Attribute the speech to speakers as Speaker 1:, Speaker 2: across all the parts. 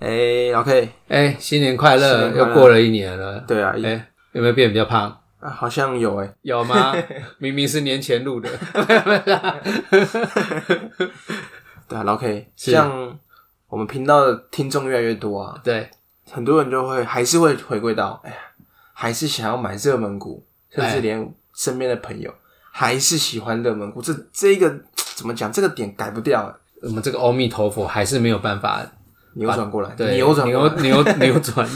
Speaker 1: 哎，OK，
Speaker 2: 哎，新年快
Speaker 1: 新
Speaker 2: 乐！
Speaker 1: 年快乐
Speaker 2: 又过了一年了，
Speaker 1: 对啊，
Speaker 2: 哎，有没有变比较胖？
Speaker 1: 啊好像有哎，
Speaker 2: 有吗？明明是年前录的，
Speaker 1: 对啊，老 K，
Speaker 2: 是
Speaker 1: 像我们频道的听众越来越多啊，
Speaker 2: 对，
Speaker 1: 很多人就会还是会回归到，哎呀，还是想要买热门股，甚
Speaker 2: 哎
Speaker 1: 至连身边的朋友还是喜欢热门股，这这个怎么讲？这个点改不掉，哎
Speaker 2: 我们这个阿弥陀佛还是没有办法
Speaker 1: 扭转过来，
Speaker 2: 啊对
Speaker 1: 扭转过
Speaker 2: 扭
Speaker 1: 来，
Speaker 2: 扭 扭转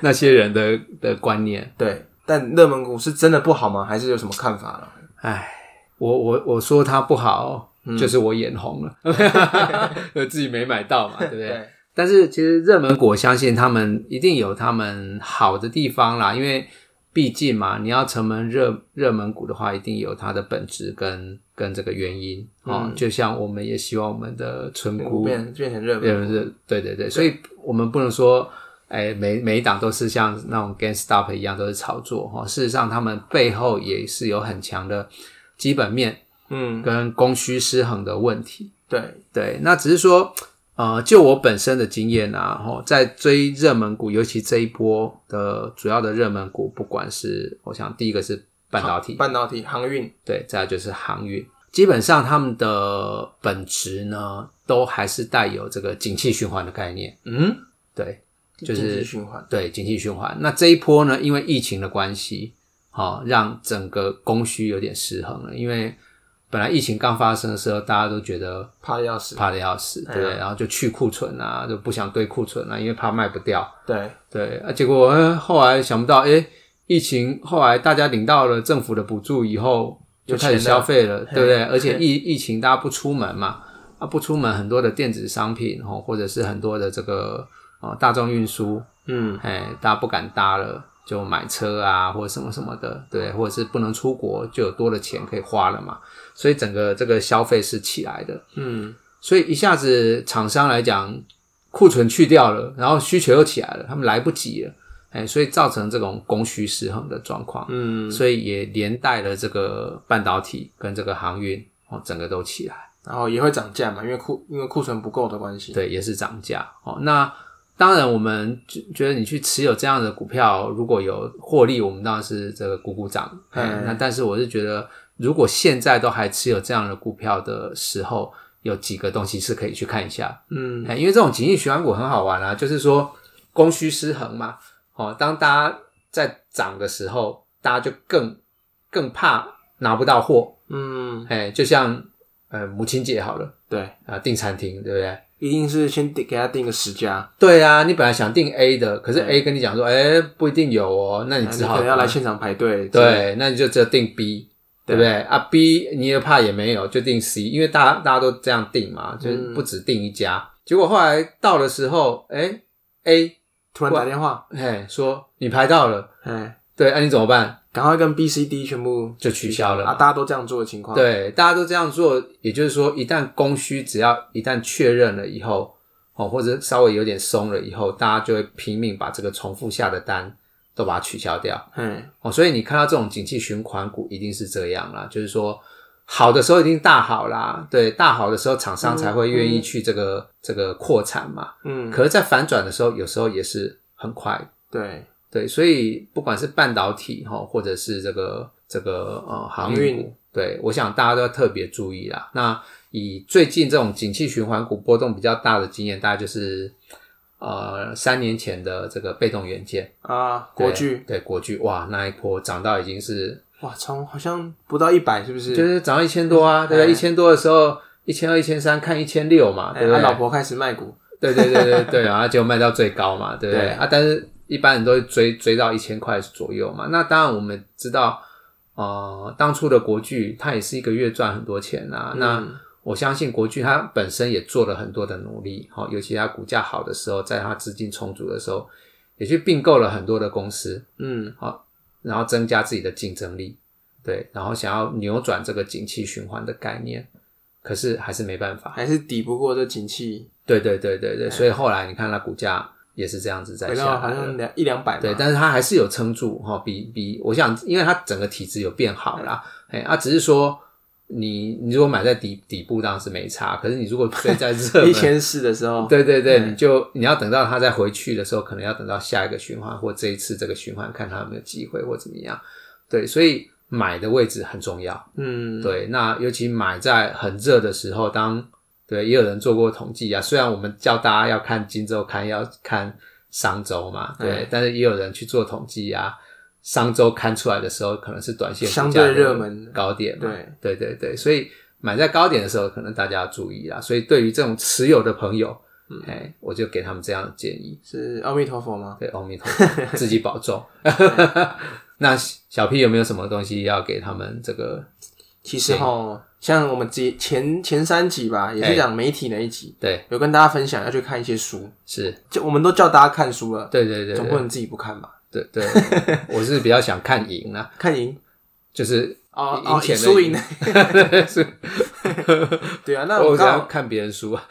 Speaker 2: 那些人的的观念。
Speaker 1: 对。但热门股是真的不好吗？还是有什么看法了？
Speaker 2: 哎，我我我说他不好，
Speaker 1: 嗯
Speaker 2: 就是我眼红了， 我自己没买到嘛，对不对？
Speaker 1: 对
Speaker 2: 但是其实热门股，我相信他们一定有他们好的地方啦，因为毕竟嘛，你要成为热热门股的话，一定有它的本质跟跟这个原因哦。就像我们也希望我们的存
Speaker 1: 股
Speaker 2: 股
Speaker 1: 变变成热门，
Speaker 2: 对对对对对，所以我们不能说，哎，每每一档都是像那种 GameStop 一样都是炒作哈、哦。事实上，他们背后也是有很强的基本面
Speaker 1: 嗯，
Speaker 2: 跟供需失衡的问题。
Speaker 1: 对，
Speaker 2: 对，那只是说，呃，就我本身的经验啊，吼，在追热门股，尤其这一波的主要的热门股，不管是我想第一个是半导体，
Speaker 1: 半导体、航运，
Speaker 2: 对，再来就是航运，基本上他们的本质呢，都还是带有这个景气循环的概念。
Speaker 1: 嗯，
Speaker 2: 对，就是
Speaker 1: 经济循环，
Speaker 2: 对，景气循环。那这一波呢，因为疫情的关系，好、让整个供需有点失衡了。因为本来疫情刚发生的时候，大家都觉得
Speaker 1: 怕的要死，
Speaker 2: 怕的要死，对不对？
Speaker 1: 哎呀
Speaker 2: 然后就去库存啊，就不想堆库存啊，因为怕卖不掉。
Speaker 1: 对，
Speaker 2: 对啊，结果、呃、后来想不到，哎，疫情后来大家领到了政府的补助以后，就
Speaker 1: 有
Speaker 2: 开始
Speaker 1: 钱了
Speaker 2: 消费了，对不对？
Speaker 1: 嘿
Speaker 2: 而且疫疫情大家不出门嘛，啊，不出门，很多的电子商品哦，或者是很多的这个呃大众运输，
Speaker 1: 嗯，
Speaker 2: 哎，大家不敢搭了，就买车啊，或者什么什么的，对，或者是不能出国，就有多的钱可以花了嘛，所以整个这个消费是起来的，
Speaker 1: 嗯，
Speaker 2: 所以一下子厂商来讲，库存去掉了，然后需求又起来了，他们来不及了，哎，所以造成这种供需失衡的状况，
Speaker 1: 嗯，
Speaker 2: 所以也连带了这个半导体跟这个航运哦，整个都起来。
Speaker 1: 然后也会涨价嘛，因为库因为库存不够的关系，
Speaker 2: 对，也是涨价哦。那当然，我们觉觉得你去持有这样的股票，如果有获利，我们当然是这个鼓鼓掌。嗯
Speaker 1: 嗯，
Speaker 2: 那但是我是觉得，如果现在都还持有这样的股票的时候，有几个东西是可以去看一下，
Speaker 1: 嗯，
Speaker 2: 哎因为这种景气循环股很好玩啊，就是说供需失衡嘛。哦，当大家在涨的时候，大家就更更怕拿不到货。
Speaker 1: 嗯，
Speaker 2: 哎，就像呃母亲节好了
Speaker 1: 对，
Speaker 2: 啊，订餐厅对不对？
Speaker 1: 一定是先定给他定个十家，
Speaker 2: 对啊，你本来想订 A 的，可是
Speaker 1: 对
Speaker 2: A 跟你讲说，哎、不一定有哦，那你
Speaker 1: 啊
Speaker 2: 只
Speaker 1: 可
Speaker 2: 好
Speaker 1: 能要来现场排队。之类的，
Speaker 2: 对，那你就只有订 B，对不对？啊，B 你也怕也没有，就订 C，因为大家大家都这样订嘛，就是
Speaker 1: 嗯
Speaker 2: 不止订一家。结果后来到的时候，哎、a
Speaker 1: 突然打电话，
Speaker 2: 哎说你排到了，
Speaker 1: 哎，
Speaker 2: 对，那、啊你怎么办？
Speaker 1: 赶快跟 B、C、D 全部
Speaker 2: 就取消了嘛
Speaker 1: 啊！大家都这样做的情况，，
Speaker 2: 对，大家都这样做，也就是说，一旦供需只要一旦确认了以后，哦，或者稍微有点松了以后，大家就会拼命把这个重复下的单都把它取消掉。
Speaker 1: 嗯，
Speaker 2: 哦，所以你看到这种景气循环股一定是这样啦，就是说好的时候一定大好啦，对，大好的时候厂商才会愿意去这个、这个扩产嘛。
Speaker 1: 嗯，
Speaker 2: 可是，在反转的时候，有时候也是很快，
Speaker 1: 对，
Speaker 2: 对，所以不管是半导体哈、哦，或者是这个这个呃航
Speaker 1: 航
Speaker 2: 运
Speaker 1: 运
Speaker 2: 股，对，我想大家都要特别注意啦。那以最近这种景气循环股波动比较大的经验，大概就是呃三年前的这个被动元件。
Speaker 1: 啊，
Speaker 2: 对
Speaker 1: 国巨，
Speaker 2: 对国巨，哇，那一波涨到已经是
Speaker 1: 哇，从好像不到一百，是不是？
Speaker 2: 就是涨到一千多啊，对
Speaker 1: 嗯
Speaker 2: 不
Speaker 1: 哎
Speaker 2: 对？一千多的时候，一千二、一千三，看一千六嘛，
Speaker 1: 哎
Speaker 2: 对不
Speaker 1: 啊
Speaker 2: 对？
Speaker 1: 老婆开始卖股，
Speaker 2: 对对对对对啊，结果卖到最高嘛，对不对？
Speaker 1: 对
Speaker 2: 啊，但是一般人都会追追到一千块左右嘛。那当然我们知道，呃，当初的国巨它也是一个月赚很多钱啊。那我相信国巨它本身也做了很多的努力，好、尤其它股价好的时候，在它资金充足的时候，也去并购了很多的公司，
Speaker 1: 嗯，
Speaker 2: 然后增加自己的竞争力，对，然后想要扭转这个景气循环的概念，可是还是没办法。
Speaker 1: 还是抵不过这景气，
Speaker 2: 对对对对对，所以后来你看它股价也是这样子在
Speaker 1: 嗯回
Speaker 2: 下
Speaker 1: 到好
Speaker 2: 来的
Speaker 1: 像两一两百嘛，
Speaker 2: 对，但是它还是有
Speaker 1: 嗯
Speaker 2: 啊撑住哈、比比，我想，因为它整个体质有变好啦，哎，它、只是说你你如果买在底底部当然是没差，可是你如果追在热
Speaker 1: 一
Speaker 2: 门，
Speaker 1: 千四的时候，
Speaker 2: 对对
Speaker 1: 嗯
Speaker 2: 对，你就你要等到它再回去的时候，可能要等到下一个循环或这一次这个循环，看它有没有机会或怎么样。对，所以买的位置很重要。
Speaker 1: 嗯，
Speaker 2: 对，那尤其买在很热的时候，当对也有人做过统计啊。虽然我们叫大家要看金周刊，要看商周嘛，
Speaker 1: 嗯
Speaker 2: 对，但是也有人去做统计啊。商周刊出来的时候，可能是短线股
Speaker 1: 相
Speaker 2: 价
Speaker 1: 对
Speaker 2: 的
Speaker 1: 热门的
Speaker 2: 高点嘛，
Speaker 1: 对
Speaker 2: 对对对，所以买在高点的时候，可能大家要注意啦。所以对于这种持有的朋友，
Speaker 1: 嗯
Speaker 2: 哎、我就给他们这样的建议：
Speaker 1: 是阿弥陀佛吗？
Speaker 2: 对，阿 弥陀佛，自己保重。 那小 P 有没有什么东西要给他们这个？
Speaker 1: 其实哈，像我们之前前三集
Speaker 2: 哎
Speaker 1: 吧，也是讲媒体那一集，
Speaker 2: 对，
Speaker 1: 有跟大家分享要去看一些书，
Speaker 2: 是，
Speaker 1: 就我们都叫大家看书了，
Speaker 2: 对对对对
Speaker 1: 总不能自己不看吧？
Speaker 2: 对对， 我是比较想看赢啊，
Speaker 1: 看赢
Speaker 2: 就是
Speaker 1: 哦
Speaker 2: 赢
Speaker 1: 哦，
Speaker 2: 钱的
Speaker 1: 输赢，
Speaker 2: 是，
Speaker 1: 对啊，那
Speaker 2: 我
Speaker 1: 我
Speaker 2: 只
Speaker 1: 刚
Speaker 2: 要
Speaker 1: 好
Speaker 2: 看别人 输啊。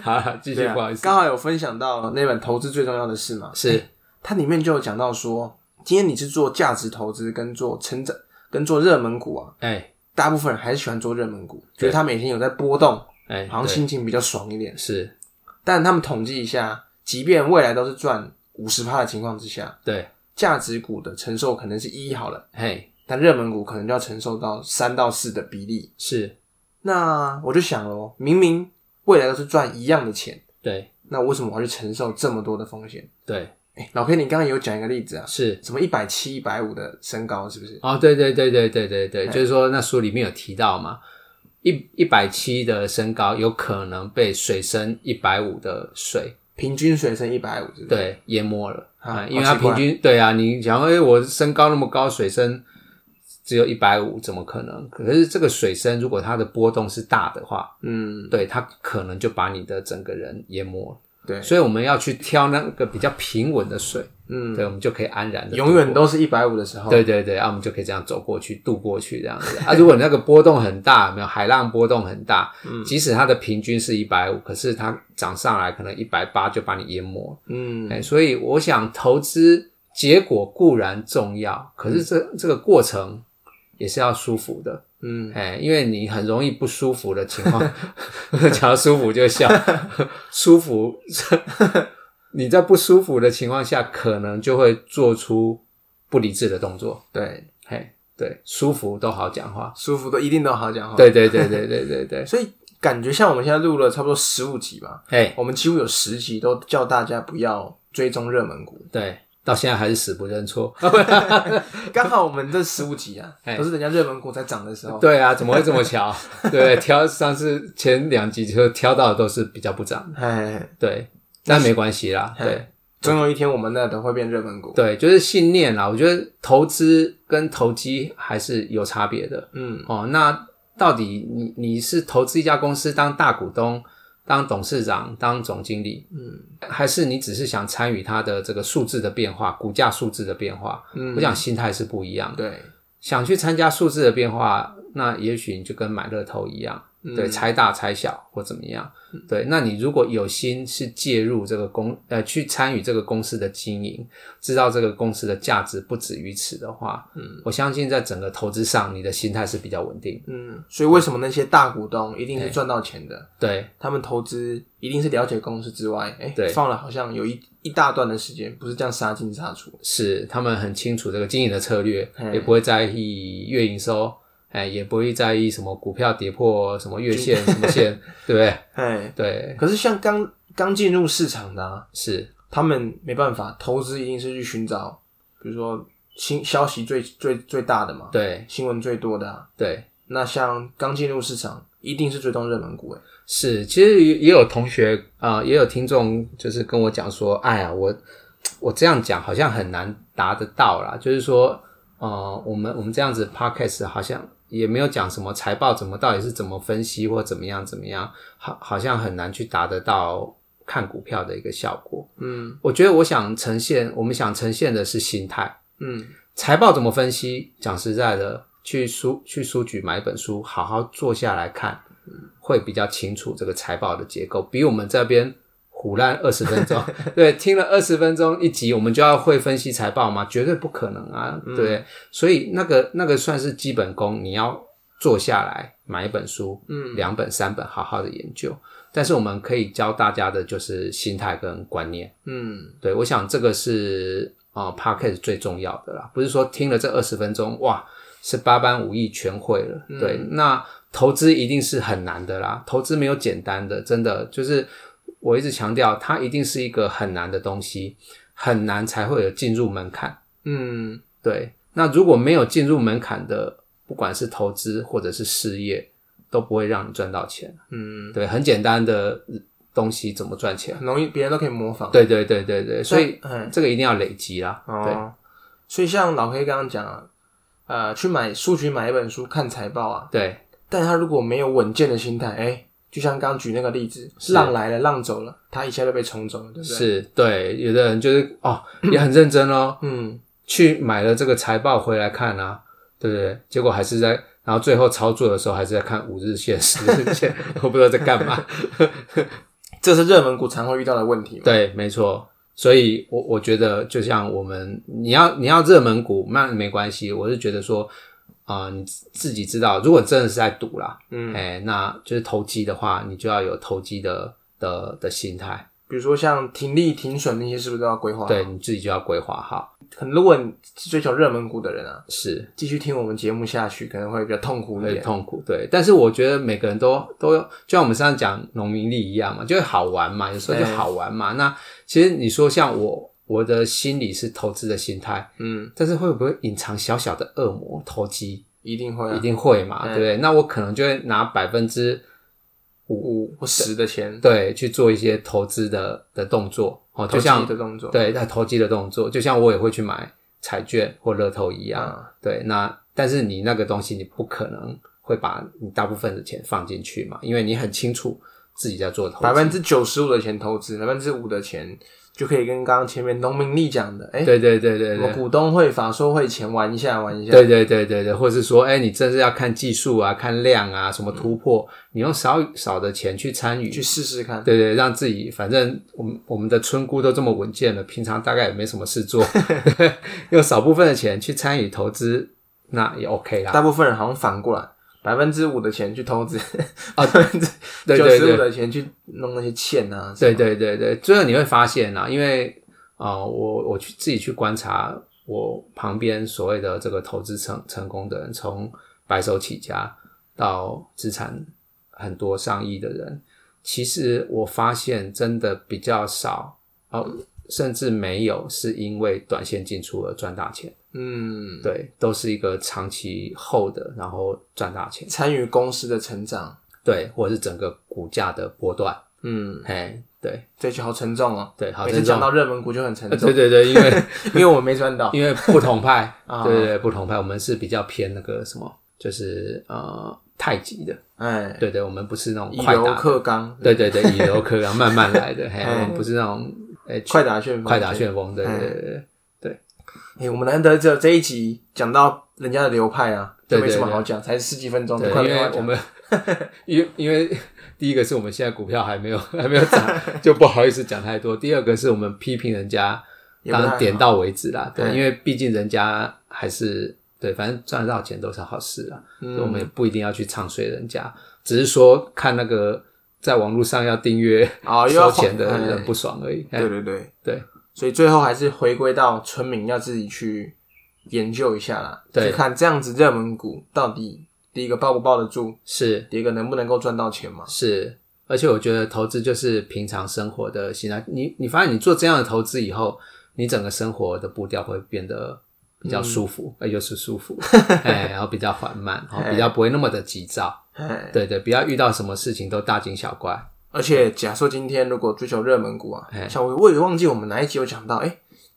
Speaker 2: 好啦，继续，
Speaker 1: 对啊
Speaker 2: 不好意思，
Speaker 1: 刚好有分享到那本《投资最重要的事》嘛，哎
Speaker 2: 是
Speaker 1: 它里面就有讲到说，今天你是做价值投资跟做成长跟做热门股啊，
Speaker 2: 哎
Speaker 1: 大部分人还是喜欢做热门股，觉
Speaker 2: 对
Speaker 1: 得它每天有在波动，
Speaker 2: 哎，
Speaker 1: 好像
Speaker 2: 对
Speaker 1: 心情比较爽一点。
Speaker 2: 是，
Speaker 1: 但他们统计一下，即便未来都是赚五十趴的情况之下，
Speaker 2: 对，
Speaker 1: 价值股的承受可能是一好了，
Speaker 2: 嘿，
Speaker 1: 但热门股可能就要承受到三到四的比例。
Speaker 2: 是，
Speaker 1: 那我就想咯，明明未来都是赚一样的钱，
Speaker 2: 对
Speaker 1: 那为什么我要去承受这么多的风险？
Speaker 2: 对
Speaker 1: 哎、老 K，你刚刚有讲一个例子啊，
Speaker 2: 是。
Speaker 1: 什么一百七、一百五的身高是不是？
Speaker 2: 哦，对对对对对对
Speaker 1: 哎
Speaker 2: 对，就是说那书里面有提到嘛，一一百七的身高有可能被水深一百五的水
Speaker 1: 平均水深一百五，是不是？
Speaker 2: 对淹没了
Speaker 1: 啊
Speaker 2: 啊，因为它
Speaker 1: 好奇怪
Speaker 2: 平均对啊，你想哎、我身高那么高，水深只有一百五，怎么可能？可是这个水深如果它的波动是大的话，
Speaker 1: 嗯，
Speaker 2: 对它可能就把你的整个人淹没了。
Speaker 1: 对，
Speaker 2: 所以我们要去挑那个比较平稳的水，
Speaker 1: 嗯，
Speaker 2: 对，我们就可以安然的
Speaker 1: 永远都是一百五的时候，
Speaker 2: 对对对，啊，我们就可以这样走过去、渡过去这样子。啊，如果你那个波动很大，有没有海浪波动很大，
Speaker 1: 嗯
Speaker 2: 即使它的平均是一百五，可是它涨上来可能一百八就把你淹没了。
Speaker 1: 嗯，
Speaker 2: 哎，所以我想投资结果固然重要，可是这这个过程也是要舒服的。
Speaker 1: 嗯，
Speaker 2: 哎，因为你很容易不舒服的情况， 讲到舒服就笑，舒服。 你在不舒服的情况下，可能就会做出不理智的动作。
Speaker 1: 对，
Speaker 2: 嘿，对，舒服都好讲话。
Speaker 1: 舒服的一定都好讲话。，
Speaker 2: 对对对对对对 对，
Speaker 1: 所以感觉像我们现在录了差不多十五集吧，
Speaker 2: 哎，
Speaker 1: 我们几乎有十集都叫大家不要追踪热门股。
Speaker 2: 对，到现在还是死不认错。
Speaker 1: 刚好我们这十五集啊
Speaker 2: 哎，
Speaker 1: 都是人家热门股在涨的时候。
Speaker 2: 对啊，怎么会这么巧？ 对，挑上次前两集就挑到的都是比较不涨，
Speaker 1: 哎，
Speaker 2: 对，但没关系啦，对。
Speaker 1: 总有一天我们那都会变热门股。
Speaker 2: 对，就是信念啦。我觉得投资跟投机还是有差别的
Speaker 1: 嗯，
Speaker 2: 哦。那到底你你是投资一家公司当大股东、当董事长、当总经理，
Speaker 1: 嗯，
Speaker 2: 还是你只是想参与它的这个数字的变化、股价数字的变化？
Speaker 1: 嗯
Speaker 2: 我想心态是不一样的。
Speaker 1: 对，
Speaker 2: 想去参加数字的变化，那也许你就跟买乐透一样，对，拆大拆小或怎么样，对。那你如果有心是介入这个公呃去参与这个公司的经营，知道这个公司的价值不止于此的话，嗯，我相信在整个投资上，你的心态是比较稳定的，
Speaker 1: 嗯，哎所以为什么那些大股东一定是赚到钱的？
Speaker 2: 对
Speaker 1: 他们投资一定是了解公司之外，哎、
Speaker 2: 对
Speaker 1: 放了好像有一一大段的时间，不是这样杀进杀出。
Speaker 2: 是他们很清楚这个经营的策略，
Speaker 1: 嗯
Speaker 2: 也不会在意月营收。哎，也不会在意什么股票跌破什么月线什么 线，对不对？
Speaker 1: 哎，
Speaker 2: 对，
Speaker 1: 可是像刚刚进入市场的、啊，
Speaker 2: 是，
Speaker 1: 他们没办法，投资一定是去寻找，比如说新消息最最最大的嘛，
Speaker 2: 对
Speaker 1: 新闻最多的、啊。
Speaker 2: 对，
Speaker 1: 那像刚进入市场，一定是追踪热门股、哎，
Speaker 2: 是，其实也也有同学啊、呃也有听众就是跟我讲说，哎呀，我我这样讲好像很难达得到啦，就是说，呃，我们我们这样子 podcast 好像也没有讲什么财报怎么到底是怎么分析或怎么样怎么样，好好像很难去达得到看股票的一个效果。
Speaker 1: 嗯
Speaker 2: 我觉得我想呈现，我们想呈现的是心态。
Speaker 1: 嗯
Speaker 2: 财报怎么分析？讲实在的，去书去书局买一本书，好好坐下来看，会比较清楚这个财报的结构，比我们这边胡乱二十分钟，对，听了二十分钟一集，我们就要会分析财报吗？绝对不可能啊，对，所以那个那个算是基本功，你要坐下来买一本书，嗯，两本、三本，好好的研究。但是我们可以教大家的就是心态跟观念。
Speaker 1: 嗯，
Speaker 2: 对，我想这个是啊、呃、，podcast 最重要的啦，不是说听了这二十分钟，哇，十八般武艺全会了。对，那投资一定是很难的啦，投资没有简单的，真的就是我一直强调，它一定是一个很难的东西，很难才会有进入门槛。
Speaker 1: 嗯，
Speaker 2: 对，那如果没有进入门槛的，不管是投资或者是事业，都不会让你赚到钱。
Speaker 1: 嗯，
Speaker 2: 对，很简单的东西怎么赚钱？
Speaker 1: 很容易，别人都可以模仿。
Speaker 2: 对对对对对，所以
Speaker 1: 嗯
Speaker 2: 这个一定要累积啦。对，
Speaker 1: 哦，所以像老黑刚刚讲啊，呃，去买书局买一本书看财报啊，
Speaker 2: 对，
Speaker 1: 但他如果没有稳健的心态，哎、就像刚举那个例子，浪来了，浪走了，他一下就被冲走了，对不对？，
Speaker 2: 是，对，有的人就是哦，也很认真哦，
Speaker 1: 嗯，
Speaker 2: 去买了这个财报回来看啊，对不对？结果还是在，然后最后操作的时候还是在看五日线、十日线， 我不知道在干嘛。
Speaker 1: 这是热门股常会遇到的问题嘛。
Speaker 2: 对，没错。所以我，我觉得，就像我们，你要你要热门股，那没关系。我是觉得说，啊、你自己知道，如果真的是在赌啦，
Speaker 1: 嗯
Speaker 2: 哎、那就是投机的话，你就要有投机的的的心态，
Speaker 1: 比如说像停利、停损那些，是不是都要规划？
Speaker 2: 对，你自己就要规划好。
Speaker 1: 可能如果你是追求热门股的人啊，
Speaker 2: 是，
Speaker 1: 继续听我们节目下去，可能会比较痛苦一
Speaker 2: 很
Speaker 1: 点。
Speaker 2: 痛苦，对。但是我觉得每个人都都有，就像我们上次讲农民力一样嘛，就是好玩嘛，有时候就
Speaker 1: 对
Speaker 2: 好玩嘛。那其实你说像我，我的心理是投资的心态，
Speaker 1: 嗯，
Speaker 2: 但是会不会隐藏小小的恶魔投机？
Speaker 1: 一定会
Speaker 2: 一
Speaker 1: 啊，
Speaker 2: 定会嘛，对不对？那我可能就会拿百分之
Speaker 1: 五或十的钱，
Speaker 2: 对去做一些投资的的动作哦，
Speaker 1: 投
Speaker 2: 就
Speaker 1: 机
Speaker 2: 像
Speaker 1: 的动作。
Speaker 2: 对，那投机的动作，就像我也会去买彩券或乐透一样。
Speaker 1: 啊，
Speaker 2: 对，那但是你那个东西，你不可能会把你大部分的钱放进去嘛，因为你很清楚自己在做投资。
Speaker 1: 百分之九十五的钱投资，百分之五的钱就可以跟刚刚前面农民力讲的，哎、
Speaker 2: 对对对对
Speaker 1: 什么
Speaker 2: 对。
Speaker 1: 股东会、法说会前玩一下，玩一下。
Speaker 2: 对对对对对，或是说，哎，你真是要看技术啊，看量啊，什么突破，你用少少的钱去参与，
Speaker 1: 嗯去试试看。
Speaker 2: 对对，让自己反正我们我们的村姑都这么稳健了，平常大概也没什么事 做， 对用少部分的钱去参与投资，那也 OK 啦。
Speaker 1: 大部分人好像反过来，百分之五的钱去投资，
Speaker 2: 啊
Speaker 1: 百分之
Speaker 2: 对
Speaker 1: 九
Speaker 2: 对对
Speaker 1: 十五的钱去弄那些欠啊。
Speaker 2: 对对对对，最后你会发现啊，因为啊、呃我我去自己去观察我旁边所谓的这个投资成成功的人，从白手起家到资产很多上亿的人，其实我发现真的比较少哦，甚至没有是因为短线进出而赚大钱，
Speaker 1: 嗯，
Speaker 2: 对，都是一个长期后的，然后赚大钱，
Speaker 1: 参与公司的成长，
Speaker 2: 对，或者是整个股价的波段，
Speaker 1: 嗯，
Speaker 2: 哎，对
Speaker 1: 这就好沉重哦。
Speaker 2: 对，好，
Speaker 1: 每
Speaker 2: 这
Speaker 1: 次讲
Speaker 2: 种。
Speaker 1: 到热门股就很沉
Speaker 2: 呃
Speaker 1: 重
Speaker 2: 对，对对，因为
Speaker 1: 因为我没赚到。
Speaker 2: 因为不同派
Speaker 1: 啊，
Speaker 2: 对对对，不同派，我们是比较偏那个什么，就是呃太极的，
Speaker 1: 哎，
Speaker 2: 对对，我们不是那种
Speaker 1: 以
Speaker 2: 快
Speaker 1: 柔
Speaker 2: 打，
Speaker 1: 克刚，
Speaker 2: 对对对，以柔克刚，慢慢来 的，嘿，
Speaker 1: 哎
Speaker 2: 我们不是那种哎
Speaker 1: 快打旋风，
Speaker 2: 快打旋风，对对对对
Speaker 1: 哎，我们难得只有这一集讲到人家的流派啊，
Speaker 2: 对
Speaker 1: 就
Speaker 2: 对
Speaker 1: 没什么
Speaker 2: 对
Speaker 1: 好讲，才十几分钟，
Speaker 2: 对
Speaker 1: 快
Speaker 2: 对，因
Speaker 1: 点
Speaker 2: 为
Speaker 1: 快
Speaker 2: 我
Speaker 1: 点
Speaker 2: 们因为因为第一个是我们现在股票还没有还没有涨，就不好意思讲太多；第二个是我们批评人家，
Speaker 1: 也不
Speaker 2: 当
Speaker 1: 太
Speaker 2: 然点
Speaker 1: 好
Speaker 2: 到为止啦，对，
Speaker 1: 嗯
Speaker 2: 因为毕竟人家还是对，反正赚得到钱都是好事啦。
Speaker 1: 嗯
Speaker 2: 所以我们也不一定要去唱衰人家，只是说看那个在网络上要订阅
Speaker 1: 啊，又要
Speaker 2: 收钱的
Speaker 1: 换哎
Speaker 2: 人不爽而已。
Speaker 1: 对对对
Speaker 2: 对，
Speaker 1: 所以最后还是回归到村民要自己去研究一下啦，
Speaker 2: 对
Speaker 1: 去看这样子热门股到底第一个抱不抱得住，
Speaker 2: 是
Speaker 1: 第一个能不能够赚到钱嘛？
Speaker 2: 是，而且我觉得投资就是平常生活的心态。你你发现你做这样的投资以后，你整个生活的步调会变得比较舒服，
Speaker 1: 嗯
Speaker 2: 呃，又是 舒服，哎，然后比较缓慢，然后比较不会那么的急躁。
Speaker 1: 哎，
Speaker 2: 对对，不要遇到什么事情都大惊小怪。
Speaker 1: 而且假设今天如果追求热门股啊
Speaker 2: 哎，
Speaker 1: 像我我也忘记我们哪一集有讲到，哎、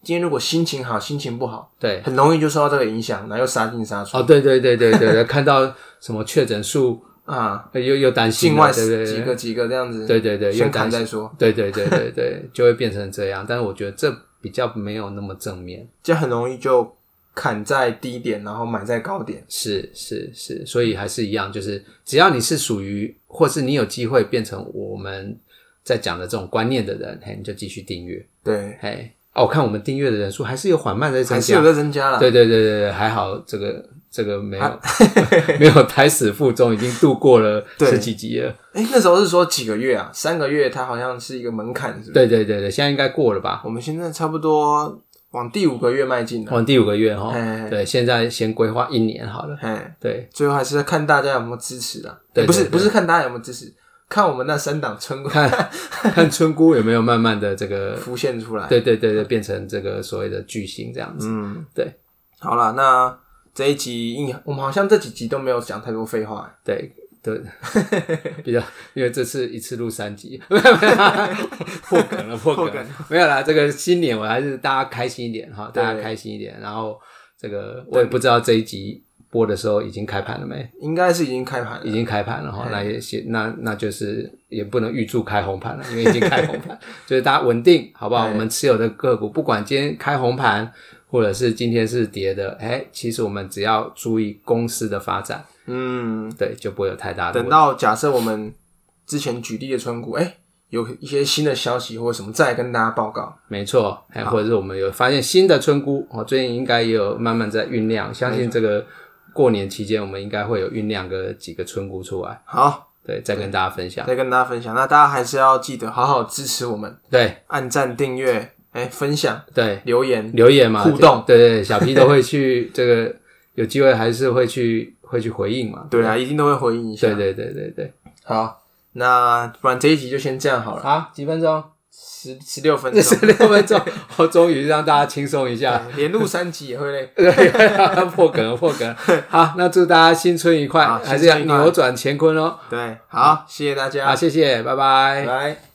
Speaker 1: 今天如果心情好，心情不好，
Speaker 2: 对，
Speaker 1: 很容易就受到这个影响，然后又杀进杀出、
Speaker 2: 哦，对对对对对对， 看到什么确诊数
Speaker 1: 啊，
Speaker 2: 呃又又担心
Speaker 1: 境
Speaker 2: 了，
Speaker 1: 外
Speaker 2: 对对对
Speaker 1: 几个几个这样子，
Speaker 2: 对对对，又
Speaker 1: 先
Speaker 2: 担
Speaker 1: 砍
Speaker 2: 心
Speaker 1: 再说，
Speaker 2: 对对对对对， 就会变成这样。但是我觉得这比较没有那么正面，
Speaker 1: 这样很容易就砍在低点，然后买在高点。
Speaker 2: 是是是，所以还是一样，就是只要你是属于，或是你有机会变成我们在讲的这种观念的人，嘿，你就继续订阅，
Speaker 1: 对，
Speaker 2: 嘿。哦，我看我们订阅的人数还是有缓慢在增
Speaker 1: 还是
Speaker 2: 加
Speaker 1: 有，在增加啦。啊
Speaker 2: 对对对对对，还好这个这个没有、 没有胎死腹中，已经度过了十几集了。
Speaker 1: 哎、那时候是说几个月啊？三个月，它好像是一个门槛，是不是？
Speaker 2: 对对对对，现在应该过了吧？
Speaker 1: 我们现在差不多往第五个月迈进了。
Speaker 2: 往第五个月哈
Speaker 1: 哎，
Speaker 2: 对，现在先规划一年好了。
Speaker 1: 哎，
Speaker 2: 对，
Speaker 1: 最后还是要看大家有没有支持啊。
Speaker 2: 对对
Speaker 1: 不是
Speaker 2: 对
Speaker 1: 不是看大家有没有支持，看我们那三档村官
Speaker 2: 看村姑有没有慢慢的这个，
Speaker 1: 浮现出来。
Speaker 2: 对对对对，变成这个所谓的巨星这样子。
Speaker 1: 嗯，
Speaker 2: 对。
Speaker 1: 好了，那这一集应我们好像这几集都没有讲太多废话、欸。
Speaker 2: 对 对，比较因为这次一次录三集， 破梗了，破
Speaker 1: 破
Speaker 2: 梗了
Speaker 1: 梗
Speaker 2: 没有啦。这个新年我还是大家开心一点哈，
Speaker 1: 对
Speaker 2: 大家开心一点。然后这个我也不知道这一集播的时候已经开盘了没，
Speaker 1: 应该是已经开盘了，
Speaker 2: 已经开盘了哈
Speaker 1: 嘿。
Speaker 2: 那也写那那就是也不能预祝开红盘了，因为已经开红 盘，就是大家稳定好不好？
Speaker 1: 嘿
Speaker 2: 我们持有的个股，不管今天开红盘。或者是今天是跌的，哎、其实我们只要注意公司的发展，
Speaker 1: 嗯，
Speaker 2: 对，就不会有太大的问
Speaker 1: 等
Speaker 2: 题。
Speaker 1: 到假设我们之前举例的村股，哎、有一些新的消息或者什么，再来跟大家报告。
Speaker 2: 没错，哎，或者是我们有发现新的村姑哦，最近应该也有慢慢在酝酿，相信这个过年期间我们应该会有酝酿个几个村姑出来，
Speaker 1: 好，
Speaker 2: 对，再跟大家分享。
Speaker 1: 再跟大家分享。那大家还是要记得好好支持我们，
Speaker 2: 对
Speaker 1: 按赞、订阅、哎、分享、
Speaker 2: 对，
Speaker 1: 留言。
Speaker 2: 留言嘛，
Speaker 1: 互动
Speaker 2: 对，对对，小 P 都会去 这个，有机会还是会去会去回应嘛。
Speaker 1: 对啊，一定都会回应一下。
Speaker 2: 对对对对对，
Speaker 1: 好，那不然这一集就先这样好了，
Speaker 2: 好，几分钟，
Speaker 1: 十十六分
Speaker 2: 这
Speaker 1: 钟，
Speaker 2: 十六分钟，我终于让大家轻松一下。
Speaker 1: 连录三集也会累。
Speaker 2: 破梗了，破梗了。好，那祝大家新春愉快，
Speaker 1: 好
Speaker 2: 还是要
Speaker 1: 新春愉快
Speaker 2: 扭转乾坤哦。
Speaker 1: 对，好，谢谢大家
Speaker 2: 好，，谢谢，拜拜
Speaker 1: 拜。